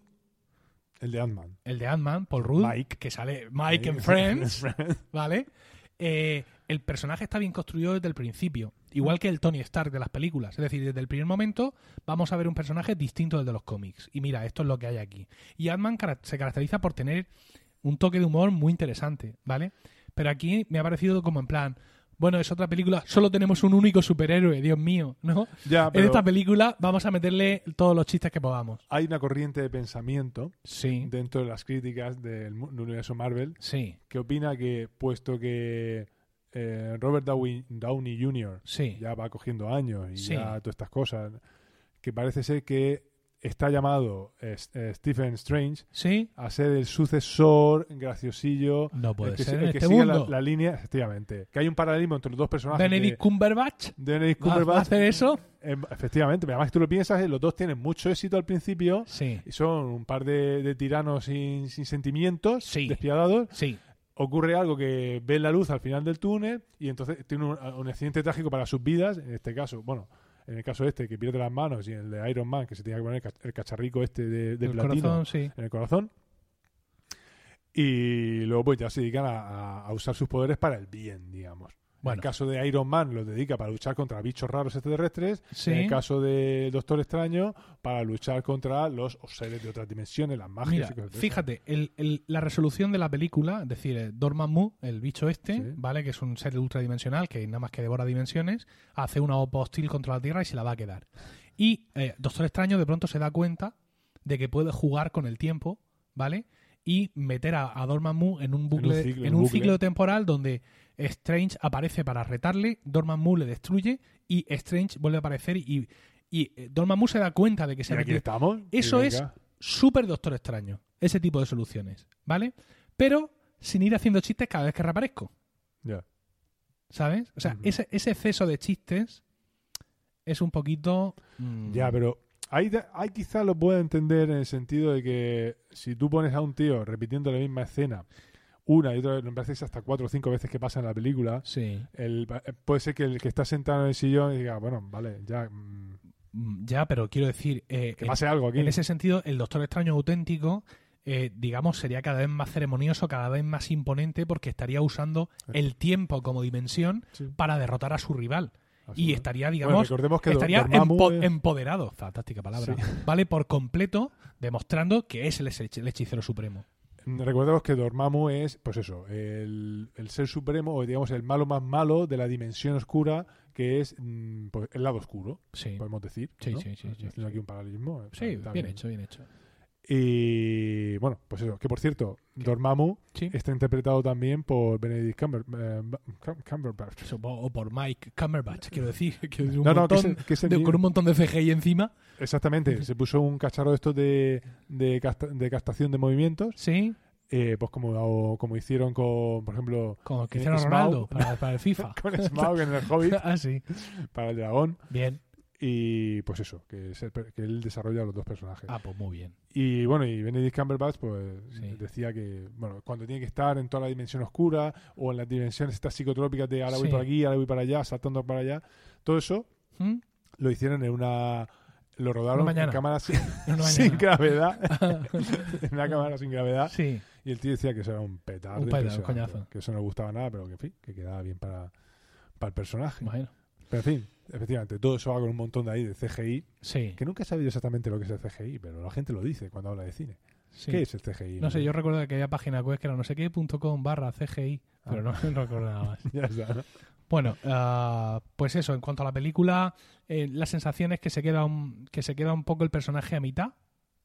El de Ant-Man. el de Ant-Man, Paul Rudd, Mike. que sale Mike and Friends, ¿vale? Eh, el personaje está bien construido desde el principio, igual que el Tony Stark de las películas. Es decir, desde el primer momento vamos a ver un personaje distinto del de los cómics. Y mira, esto es lo que hay aquí. Y Ant-Man cara- se caracteriza por tener un toque de humor muy interesante, ¿vale? Pero aquí me ha parecido como en plan, bueno, es otra película, solo tenemos un único superhéroe, Dios mío, ¿no? Ya, En pero esta película vamos a meterle todos los chistes que podamos. hay una corriente de pensamiento Sí, dentro de las críticas del mu- del universo Marvel sí, que opina que puesto que eh, Robert Downey, Downey Jr. sí. ya va cogiendo años y Sí. ya todas estas cosas, que parece ser que está llamado eh, S- eh, Stephen Strange Sí, a ser el sucesor graciosillo no puede el que, ser se- en el que este siga mundo. la, la línea, efectivamente. Que hay un paralelismo entre los dos personajes. de- Benedict Cumberbatch de Benedict ¿Va- va a Cumberbatch. hacer eso. Eh, Efectivamente, además que tú lo piensas, eh, los dos tienen mucho éxito al principio Sí, y son un par de, de tiranos sin, sin sentimientos, Sí. despiadados, sí, ocurre algo que ven la luz al final del túnel y entonces tiene un, un accidente trágico para sus vidas, en este caso, bueno, en el caso este que pierde las manos y en el de Iron Man que se tenía que poner el cach- el cacharrico este de, de el platino corazón, sí. en el corazón. Y luego pues ya se dedican a, a- a usar sus poderes para el bien, digamos. En Bueno. el caso de Iron Man los dedica para luchar contra bichos raros extraterrestres. Sí. En el caso de Doctor Extraño, para luchar contra los seres de otras dimensiones, las magias. Mira, y cosas de esas. fíjate, el- el- la resolución de la película, es decir, eh, Dormammu, el bicho este, Sí. ¿vale? Que es un ser ultradimensional que nada más que devora dimensiones, hace una OPA hostil contra la Tierra y se la va a quedar. Y eh, Doctor Extraño de pronto se da cuenta de que puede jugar con el tiempo, ¿vale? Y meter a, a Dormammu en un bucle, en un ciclo, ciclo, en un bucle. temporal donde Strange aparece para retarle, Dormammu le destruye y Strange vuelve a aparecer y, y eh, Dormammu se da cuenta de que se Y ha aquí metido- estamos. eso Y es venga. súper Doctor Extraño, ese tipo de soluciones, ¿vale? Pero sin ir haciendo chistes cada vez que reaparezco, Ya. ¿sabes? O sea, Ujú. ese, ese exceso de chistes es un poquito... mm, Ya, pero ahí, te- ahí quizás lo pueda entender en el sentido de que si tú pones a un tío repitiendo la misma escena una y otra vez, me parece que es hasta cuatro o cinco veces que pasa en la película, Sí, el- eh, puede ser que el que está sentado en el sillón diga, bueno, vale, ya, mm, Mm, ya, pero quiero decir, eh, que en, pase algo aquí. en ese sentido, el Doctor Extraño auténtico, eh, digamos, sería cada vez más ceremonioso, cada vez más imponente, porque estaría usando el tiempo como dimensión Eh. Sí. para derrotar a su rival. Y Absolutamente. estaría, Bueno, digamos, recordemos Pues que estaría Dormammu empo- es- empoderado, fantástica palabra, ¿vale? Por completo, demostrando que es el, hechi- el hechicero supremo. mm, Recordemos que Dormammu es, pues eso, el, el ser supremo, o digamos el malo más malo de la dimensión oscura, que es mm, pues, el lado oscuro, Sí, podemos decir. Sí, ¿no? sí, sí, sí, Haciendo aquí un paralelismo. o sea, sí Pues, está bien hecho, bien hecho. Y bueno, pues eso, que por cierto, Dormammu Sí. está interpretado también por Benedict Cumber- eh, Cum- Cumberbatch. Eso, O o por Mike Cumberbatch, quiero decir, que es un No, no, que montón es el- que es el de- mío. con un montón de CGI encima. Exactamente, se puso un cacharro de estos de, de, casta- de captación de movimientos, Sí, eh, pues como, o como hicieron con, por ejemplo, como Eh, Cristiano Smaug. Ronaldo para, para el FIFA. con Smaug en el Hobbit, ah, sí. para el dragón. Bien. Y pues eso, que, es el per- que él desarrolla a los dos personajes. Ah, pues muy bien. Y bueno, y Benedict Cumberbatch pues Sí. decía que, bueno, cuando tiene que estar en toda la dimensión oscura o en las dimensiones estas psicotrópicas de ahora voy Sí. para aquí, ahora voy para allá, saltando para allá, todo eso ¿Mm? lo hicieron en una... Lo rodaron Una en mañana. cámara sin, En una sin mañana. Ah. gravedad. en una cámara sin gravedad. Sí, Y el tío decía que eso era un petardo. Un petardo, impresionante, coñazo. Que eso no le gustaba nada, pero que en fin, que quedaba bien para, para el personaje. bueno. Pero en fin, efectivamente, todo eso va con un montón de ahí de CGI. Sí, Que nunca he sabido exactamente lo que es el CGI, pero la gente lo dice cuando habla de cine. sí. ¿Qué es el CGI? No sé, yo recuerdo que había página web que era no sé qué punto com barra CGI, Ah. pero no, no recuerdo nada más. Ya está, ¿no? Bueno, ah, pues eso, en cuanto a la película, eh, la sensación es que se, queda un, que se queda un poco el personaje a mitad.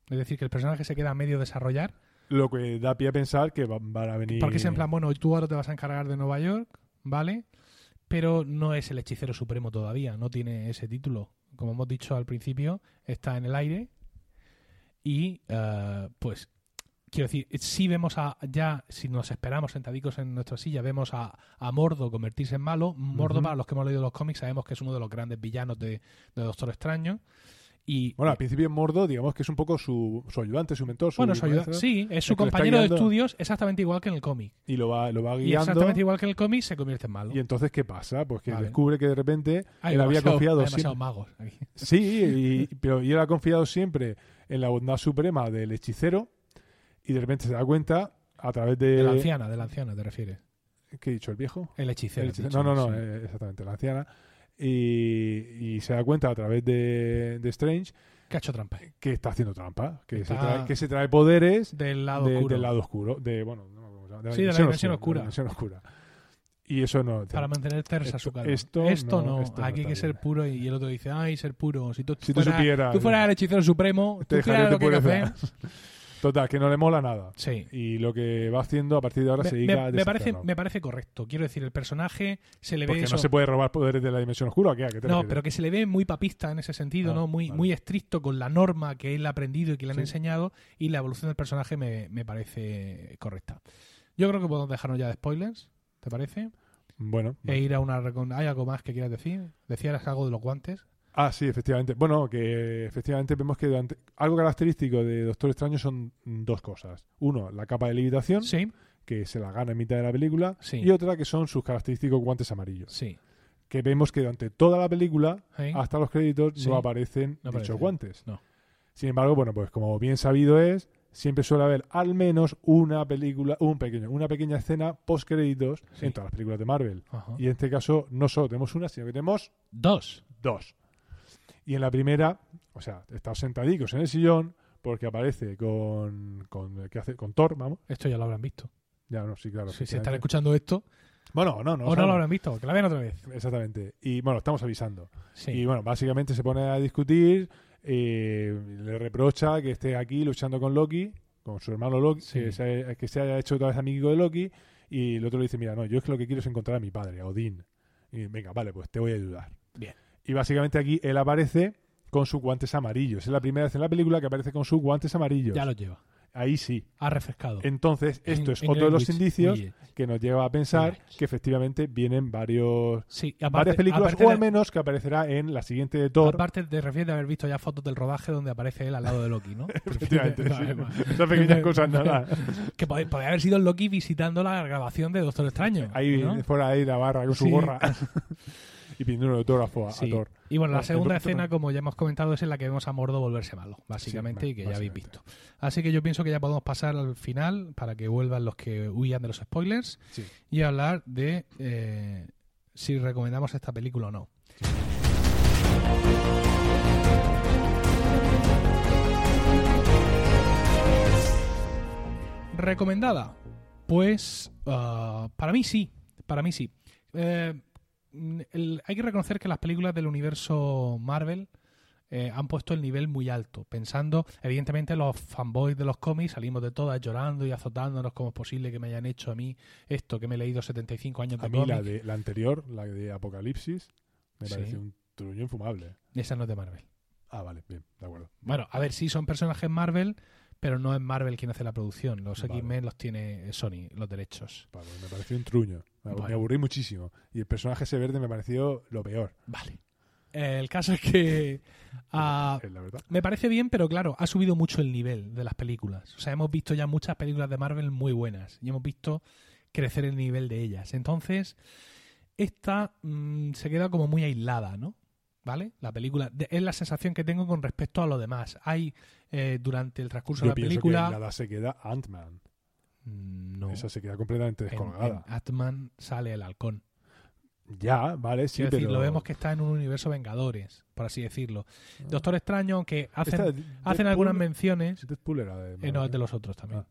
Es decir, que el personaje se queda a medio desarrollar. Lo que da pie a pensar que van, van a venir. Porque es en plan, bueno, tú ahora te vas a encargar de Nueva York, ¿vale? Pero no es el hechicero supremo todavía, no tiene ese título. Como hemos dicho al principio, está en el aire. Y eh, pues, quiero decir, si vemos a ya, si nos esperamos sentadicos en nuestra silla, vemos a, a Mordo convertirse en malo. Mordo, Ujú. para los que hemos leído los cómics, sabemos que es uno de los grandes villanos de, de Doctor Extraño. Y, Bueno, al principio Mordo, digamos que es un poco su, su ayudante, su mentor. Su bueno, su ayuda- maestro, sí, es su que lo está compañero de guiando. estudios, exactamente igual que en el cómic. Y lo va, lo va Y guiando. exactamente igual que en el cómic, se convierte en malo. Y entonces, ¿qué pasa? Pues que Vale. descubre que de repente Hay él había Eh, demasiado- confiado hay demasiados siempre. magos aquí. Sí, y, pero y él ha confiado siempre en la bondad suprema del hechicero. Y de repente se da cuenta, a través de. De la anciana, de la anciana te refieres. ¿Qué he dicho? ¿El viejo? El hechicero. El- te he dicho, no, no, no, sí. eh, exactamente, la anciana. Y, y se da cuenta a través de, de Strange Que ha hecho trampa. que está haciendo trampa, que, se, Está- trae, que se trae poderes Del lado de- oscuro. del lado oscuro, de, bueno, no me acuerdo cómo se llama, Sí, de la dimensión de oscura. la dimensión oscura. Y eso no. Para mantener tersa Esto- su calma. esto no, no. esto no Aquí hay está que ser bien. puro y el otro dice, ay, ser puro. Si tú, Si tú fueras, supieras- tú fueras el hechicero supremo, Te tú dejaría supieras lo que tu hay que hacer. pureza. Total, que no le mola nada. Sí. Y lo que va haciendo a partir de ahora Me, se me- dedica a me parece, desafiarlo. me parece correcto. Quiero decir, el personaje se le ve Porque eso. no se puede robar poderes de la dimensión oscura, ¿o ¿qué? ¿A qué te No, refieres? pero que se le ve muy papista en ese sentido, Ah, ¿no? Muy, vale. muy estricto con la norma que él ha aprendido y que le han Sí. enseñado, y la evolución del personaje me, me parece correcta. Yo creo que podemos dejarnos ya de spoilers, ¿te parece? Bueno. E ir a una recon- ¿Hay algo más que quieras decir? Decías algo de los guantes. Ah, sí, efectivamente. Bueno, que efectivamente vemos que durante... algo característico de Doctor Extraño son dos cosas. Uno, la capa de levitación, Sí, que se la gana en mitad de la película, Sí. y otra que son sus característicos guantes amarillos, sí. que vemos que durante toda la película, Sí. hasta los créditos, Sí. no aparecen dichos No aparecen. guantes. No. Sin embargo, bueno, pues como bien sabido es, siempre suele haber al menos una película, un pequeño, una pequeña escena post créditos Sí. en todas las películas de Marvel. Ajá. Y en este caso no solo tenemos una, sino que tenemos Dos. dos. Y en la primera, o sea, estamos sentadicos en el sillón porque aparece con, con el que hace con Thor, vamos. Esto ya lo habrán visto. Ya no, sí, claro. si se están efectivamente. escuchando esto, Bueno, no, no. o no lo sabemos. habrán visto, que la vean otra vez. Exactamente. Y bueno, estamos avisando. Sí. Y bueno, básicamente se pone a discutir, eh, le reprocha que esté aquí luchando con Loki, con su hermano Loki, Sí. que, se, que se haya hecho otra vez amigo de Loki, y el otro le dice, mira, no, yo es que lo que quiero es encontrar a mi padre, a Odín. Y venga, vale, pues te voy a ayudar. Bien. Y básicamente aquí él aparece con sus guantes amarillos. Es la primera vez en la película que aparece con sus guantes amarillos. ya los lleva. Ahí sí. Ha refrescado. Entonces, esto En- es en otro de los Greenwich indicios Village. que nos lleva a pensar Greenwich. que efectivamente vienen varios Sí, aparte, varias películas, aparte o al de- menos que aparecerá en la siguiente de Thor. Aparte, te refieres de haber visto ya fotos del rodaje donde aparece él al lado de Loki, ¿no? Efectivamente, sí. Vale, vale. Esas pequeñas cosas, nada. que pod- podría haber sido Loki visitando la grabación de Doctor Extraño. Ahí ¿no? fuera ahí la barra con su Sí. gorra y pidiendo un autógrafo a, a Sí. Thor. Y bueno, la No, segunda el- escena, como ya hemos comentado, es en la que vemos a Mordo volverse malo, básicamente, Sí, y que ya habéis básicamente. visto. Así que yo pienso que ya podemos pasar al final para que vuelvan los que huían de los spoilers Sí. y hablar de eh, si recomendamos esta película o no. ¿Recomendada? Pues ah, para mí sí, para mí sí. Eh, mm, el- hay que reconocer que las películas del universo Marvel eh, han puesto el nivel muy alto, pensando, evidentemente, los fanboys de los cómics salimos de todas llorando y azotándonos como es posible que me hayan hecho a mí esto, que me he leído 75 años de A mí la, cómics. de, la anterior, la de Apocalipsis, me Sí. pareció un truño infumable. Esa no es de Marvel. Ah, vale, bien, de acuerdo. Bueno, a ver, sí son personajes Marvel, pero no es Marvel quien hace la producción. Los Vale. X-Men los tiene Sony, los derechos. Vale, me pareció un truño. Me, Bueno. me aburrí muchísimo. Y el personaje ese verde me pareció lo peor, Vale. El caso es que ah, es la verdad. me parece bien, pero claro, ha subido mucho el nivel de las películas. O sea, hemos visto ya muchas películas de Marvel muy buenas y hemos visto crecer el nivel de ellas. Entonces, esta mm, se queda como muy aislada, ¿no? ¿Vale? La película de- es la sensación que tengo con respecto a lo demás. Hay eh, durante el transcurso de Yo la pienso película que nada se queda Ant-Man. Mm, no. Esa se queda completamente En- descolgada. en Atman sale el halcón. Ya, vale, sí, Quiero pero... decir, lo vemos que está en un universo Vengadores, por así decirlo. Doctor Extraño, aunque hacen, Esta de hacen Deadpool- algunas menciones. Deadpool era de... eh, no, es de los otros también.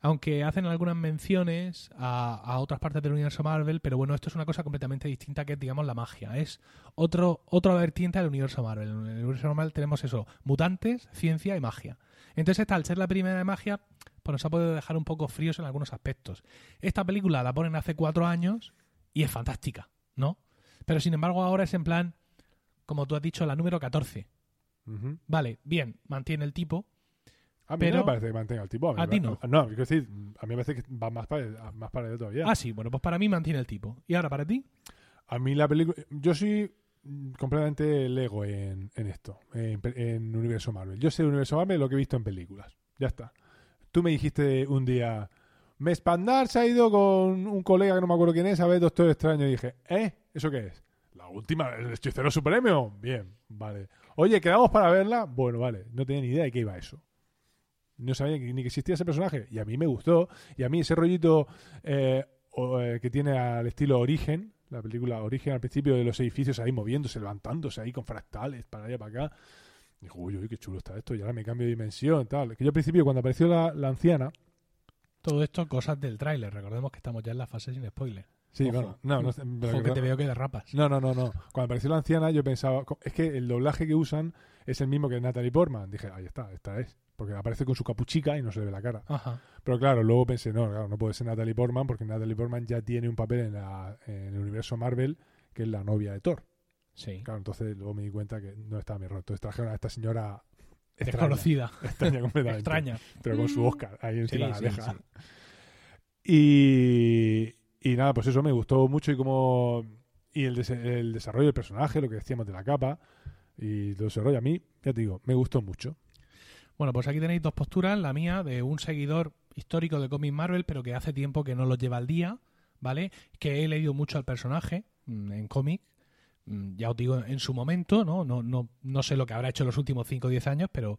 Aunque hacen algunas menciones a, a otras partes del universo Marvel, pero bueno, esto es una cosa completamente distinta que es, digamos, la magia. Es otro, otra vertiente del universo Marvel. En el universo normal tenemos eso, mutantes, ciencia y magia. Entonces esta, al ser la primera de magia, pues nos ha podido dejar un poco fríos en algunos aspectos. Esta película la ponen hace cuatro años y es fantástica, ¿no? Pero sin embargo ahora es en plan, como tú has dicho, la número 14. Ujú. Vale, bien, mantiene el tipo, A mí no Pero- me parece que mantenga el tipo. mí A me- ti no. No, quiero decir, a mí me parece que va más para, allá- más para allá todavía. Ah, sí, bueno, pues para mí mantiene el tipo. ¿Y ahora para ti? A mí la película. Yo soy mm, completamente lego en, en esto, en, pe- en Universo Marvel. Yo sé de Universo Marvel lo que he visto en películas. Ya está. Tú me dijiste un día. Me espandar se ha ido con un colega que no me acuerdo quién es a ver Doctor Extraño. Y dije, ¿eh? ¿Eso qué es? La última, el hechicero supremo. Bien, vale. Oye, ¿quedamos para verla? Bueno, vale. No tenía ni idea de qué iba eso. No sabía ni que existía ese personaje. Y a mí me gustó. Y a mí ese rollito eh, o, eh, que tiene al estilo Origen, la película Origen al principio de los edificios ahí moviéndose, levantándose ahí con fractales para allá para acá. Dijo, uy, uy, qué chulo está esto. Y ahora me cambio de dimensión, tal. Que yo al principio, cuando apareció la, la anciana. Todo esto cosas del tráiler. Recordemos que estamos ya en la fase sin spoiler. Sí, Ojo. bueno, no, no, Ojo que te veo que derrapas. no, no, no, no. Cuando apareció la anciana, yo pensaba, co- es que el doblaje que usan es el mismo que Natalie Portman. Dije, ahí está, esta es. Porque aparece con su capuchica y no se le ve la cara. Ajá. Pero claro, luego pensé, no, claro, no puede ser Natalie Portman porque Natalie Portman ya tiene un papel en, la- en el universo Marvel que es la novia de Thor. Sí. Claro, entonces luego me di cuenta que no estaba mi error. Entonces trajeron a esta señora extraña, Desconocida. extraña completamente, Extraña. pero con su Oscar ahí Sí, encima de sí, la abeja. Y, y nada, pues eso me gustó mucho y como y el, dese- el desarrollo del personaje, lo que decíamos de la capa y todo ese rollo a mí, ya te digo, me gustó mucho. sí. Bueno, pues aquí tenéis dos posturas. La mía de un seguidor histórico de Comic Marvel, pero que hace tiempo que no lo lleva al día, ¿vale? Que he leído mucho al personaje mm, en cómic. mm, ya os digo, en su momento, ¿no? No, no, no sé lo que habrá hecho en los últimos 5 o 10 años, pero...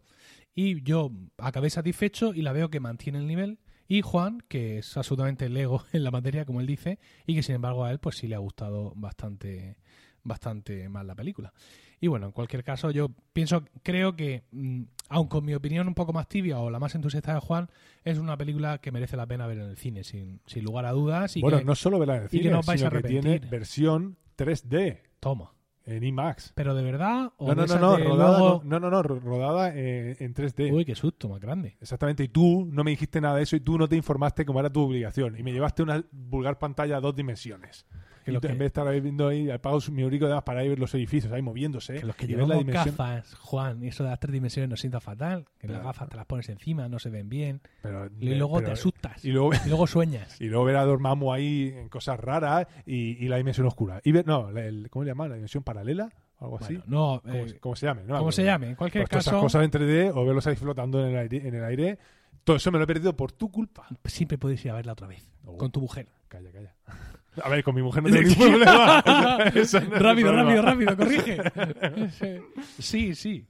Y yo acabé satisfecho y la veo que mantiene el nivel. Y Juan, que es absolutamente lego en la materia, como él dice, y que sin embargo a él pues sí le ha gustado bastante bastante más la película. Y bueno, en cualquier caso, yo pienso, creo que, mm, aun con mi opinión un poco más tibia o la más entusiasta de Juan, es una película que merece la pena ver en el cine, sin, sin lugar a dudas. Y bueno, que, no solo verla en el y que cine, no os vais sino a que tiene arrepentir. versión 3D Toma. en IMAX. Pero de verdad, o No, no, de no, esas no, de rodada, luego- no, no, no, ro- rodada eh, en 3D. Uy, qué susto más grande. Exactamente, y tú no me dijiste nada de eso y tú no te informaste como era tu obligación. Y me llevaste una vulgar pantalla a dos dimensiones. Que Y lo tú, que- en vez de estar ahí viendo ahí, apago mi aurico y demás para ir ver los edificios ahí moviéndose. Que los que y ver la llevamos dimensión. gafas, Juan, y eso de las tres dimensiones nos sienta fatal, que las gafas te las pones encima, no se ven bien, Pero- eh, y luego pero- te asustas, Y luego, y luego sueñas. y luego ver a Dormammu ahí en cosas raras y, y la dimensión oscura. Y ver, no, la- el- ¿cómo le llaman? ¿La dimensión paralela? o algo así? Bueno, no, ¿Cómo, eh, se- cómo se llame? No me ¿Cómo se acuerdo. llame? En cualquier Pues todas esas caso, cosas en 3D o verlos ahí flotando en el aire. En el aire. Todo eso me lo he perdido por tu culpa. siempre puedes ir a verla otra vez, Oh. con tu mujer. Calla, calla. A ver, con mi mujer no tengo ningún problema. Eso no es el rápido, problema. rápido, rápido, corrige. sí, sí.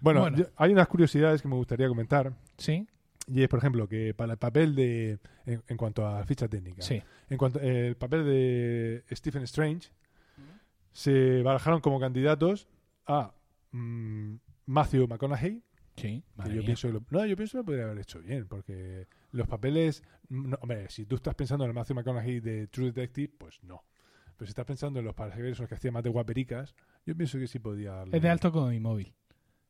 Bueno, Bueno. yo- hay unas curiosidades que me gustaría comentar. Sí, Y es, por ejemplo, que para el papel de. En, en cuanto a ficha técnica. sí. En cuanto eh, el papel de Stephen Strange, se barajaron como candidatos a mm, Matthew McConaughey. Que Sí, madre yo mía. pienso que lo, no, yo pienso que lo podría haber hecho bien, porque los papeles. no, hombre, si tú estás pensando en el Matthew McConaughey de True Detective, pues no. Pero si estás pensando en los papeles en los que hacía más de guapericas, yo pienso que sí podía darle. Es de alto como mi móvil.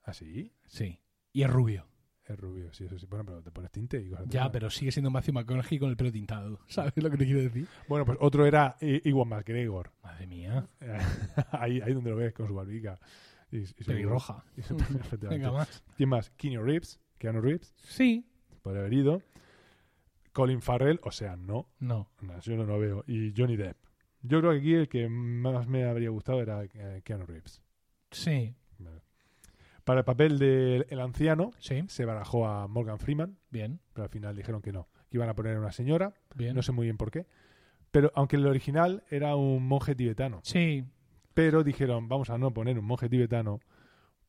Ah, sí, Sí. Y es rubio. es rubio, sí, eso sí. Bueno, pero te pones tinte y cosas de Ya, esas. pero sigue siendo Matthew McConaughey con el pelo tintado. ¿Sabes lo que te quiero decir? Bueno, pues otro era I- Iwan McGregor. Madre mía. ahí, ahí donde lo ves con su barbica. Y, y su- Pelirroja. y su- efectivamente. Venga, más. ¿Quién más? Keanu Reeves, Keanu Reeves, Sí. podría haber ido. Colin Farrell, o sea, no, No. no, yo no lo veo. Y Johnny Depp. Yo creo que aquí el que más me habría gustado era eh, Keanu Reeves. Sí. Para el papel del el anciano Sí. se barajó a Morgan Freeman, Bien. pero al final dijeron que no, que iban a poner a una señora, Bien. no sé muy bien por qué. Pero aunque el original era un monje tibetano, Sí. pero dijeron, vamos a no poner un monje tibetano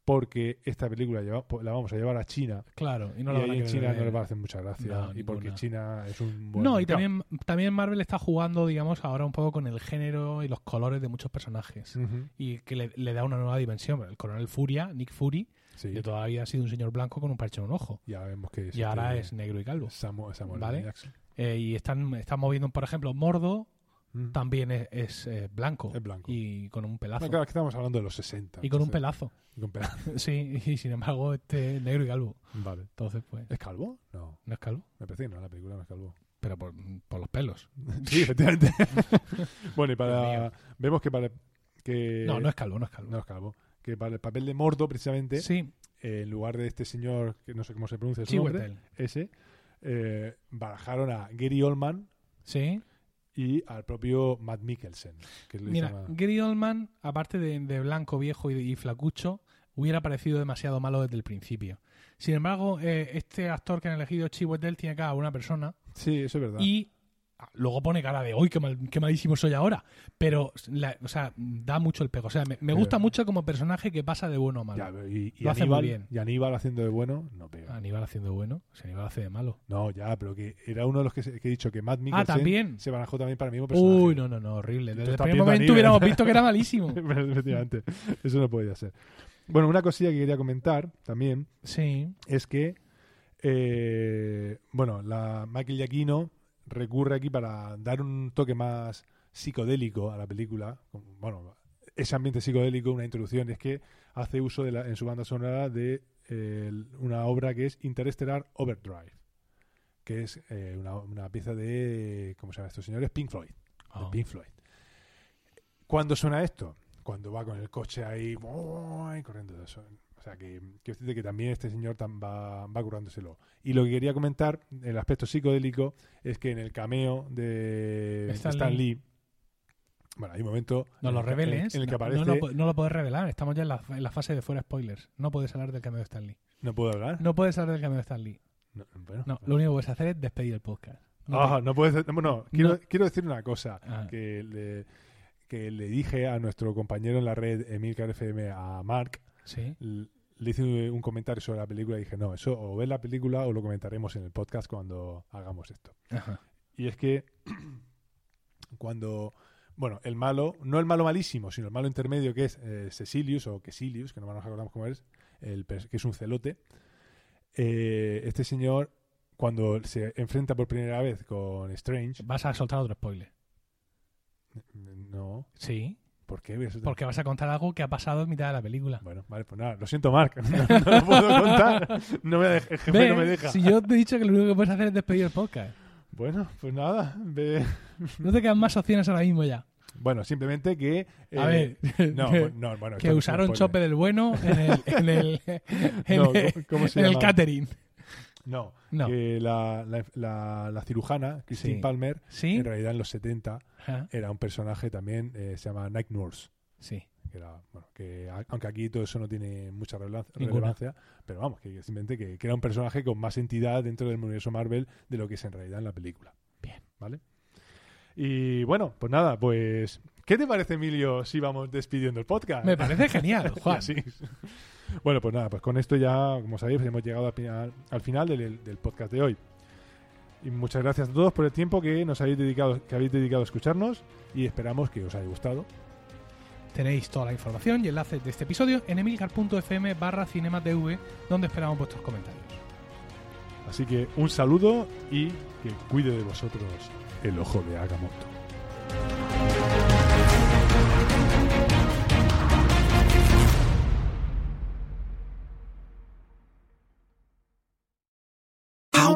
porque esta película lleva- la vamos a llevar a China Claro. Y no y lo van a ahí en querer China ver. no les va a hacer mucha gracia. No, y ninguna. porque China es un buen No, y mercado. también, también Marvel está jugando, digamos, ahora un poco con el género y los colores de muchos personajes. Ujú, Y que le, le da una nueva dimensión. El coronel Furia, Nick Fury, sí. que todavía ha sido un señor blanco con un parche en un ojo. Ya vemos que y ahora este- es negro y calvo. Samu- Samuel Vale. L. Jackson. Eh, y están, están moviendo, por ejemplo, Mordo Ujú. también es, es, eh, blanco. Mm. Es blanco. Y con un pelazo. No, claro, es que estamos hablando de los 60. y con un entonces- pelazo. y con pelazo. Sí, y sin embargo, este es negro y calvo. Vale. Entonces, pues, ¿Es calvo? No, no es calvo, me parece que no, la película no es calvo. pero por, por los pelos. Sí, efectivamente. bueno, y Dios para. Vemos que para. Que No, no es calvo, no es calvo. Eh, no es calvo. Que para el papel de Mordo, precisamente, Sí, eh, en lugar de este señor, que no sé cómo se pronuncia su nombre, Chiwetel. ese, eh, barajaron a Gary Oldman, Sí. y al propio Matt Mikkelsen. Que le Mira, llama- Gary Oldman, aparte de, de blanco, viejo y, y flacucho, hubiera parecido demasiado malo desde el principio. Sin embargo, eh, este actor que han elegido, Chiwetel, tiene cara a una persona Sí, eso es verdad. y ah, luego pone cara de hoy, qué, mal- qué malísimo soy ahora. Pero, la- o sea, da mucho el pego. O sea, me, me Pero- gusta mucho como personaje que pasa de bueno a malo. Ya, pero y, y Lo hace muy Aníbal, bien. y Aníbal haciendo de bueno, no pega. Aníbal haciendo bueno, si Aníbal hace de malo. No, ya, pero que era uno de los que, se- que he dicho que Matt Mikkelsen Ah, también. se barajó también para el mismo personaje. Uy, no, no, no, horrible. Tú Desde el estás primer viendo ¿eh? a momento Aníbal. hubiéramos visto que era malísimo. Efectivamente, eso no podía ser. Bueno, una cosilla que quería comentar también Sí, es que, eh, bueno, la Michael Giacchino recurre aquí para dar un toque más psicodélico a la película. Bueno, ese ambiente psicodélico, una introducción, es que hace uso de la- en su banda sonora de eh, el- una obra que es Interestelar Overdrive, que es eh, una, una pieza de, ¿cómo se llama estos señores? Pink Floyd. de Ah. Pink Floyd. ¿Cuándo suena esto? Cuando va con el coche ahí, ¡buah! y corriendo de eso. O sea, que, que, decirte que también este señor tan va, va currándoselo. Y lo que quería comentar, el aspecto psicodélico, es que en el cameo de Stan Stan, Lee. Lee, bueno, hay un momento no en lo el que- reveles. en el que no, aparece, no, no, lo po- no lo puedes revelar. Estamos ya en la, en la fase de fuera spoilers. No puedes hablar del cameo de Stanley. puedo hablar. No puedes hablar del cameo de Stanley. No, bueno. No, lo único que puedes hacer es despedir el podcast. No Ah, no puedes. No, bueno, quiero, No. quiero decir una cosa. Ah. Que, le- que le dije a nuestro compañero en la red Emilcar FM, a Mark, Sí. l- le hice un comentario sobre la película y dije, no, eso o ves la película o lo comentaremos en el podcast cuando hagamos esto. Ajá. Y es que cuando, bueno, el malo, no el malo malísimo, sino el malo intermedio que es eh, Cecilius o Quesilius, que no nos acordamos cómo es, el, pers- que es un celote, eh, este señor, cuando se enfrenta por primera vez con Strange, Vas a soltar otro spoiler. no, Sí. ¿por qué? Eso te- Porque vas a contar algo que ha pasado en mitad de la película. Bueno, vale, pues nada, lo siento, Mark, no, no lo puedo contar, no me deja, el jefe Ve, no me deja. Si yo te he dicho que lo único que puedes hacer es despedir el podcast. Bueno, pues nada, ve- No te quedan más opciones ahora mismo ya. bueno, simplemente que... A eh, ver, No, que- no, bueno, esto que no es usaron un spoiler. chope del bueno en el, en el, en No, el- ¿cómo- cómo se en el llama? catering. No, No. que la, la- la- la cirujana, Christine Sí. Palmer, ¿Sí? en realidad en los 70 Ajá, era un personaje también, eh, se llama Night Nurse. Sí. Que era, bueno, que, a- aunque aquí todo eso no tiene mucha relevan- Ninguna. relevancia, pero vamos, que simplemente que, que era un personaje con más entidad dentro del universo Marvel de lo que es en realidad en la película. Bien. ¿Vale? Y bueno, pues nada, pues. ¿Qué te parece, Emilio, si vamos despidiendo el podcast? Me parece genial, Juan. Así es. Bueno, pues nada, pues con esto ya, como sabéis, hemos llegado al final, al final del, del podcast de hoy. Y muchas gracias a todos por el tiempo que nos habéis dedicado, que habéis dedicado a escucharnos y esperamos que os haya gustado. Tenéis toda la información y enlaces de este episodio en emilcar.fm barra cinematv, donde esperamos vuestros comentarios. Así que un saludo y que cuide de vosotros el ojo de Agamotto. How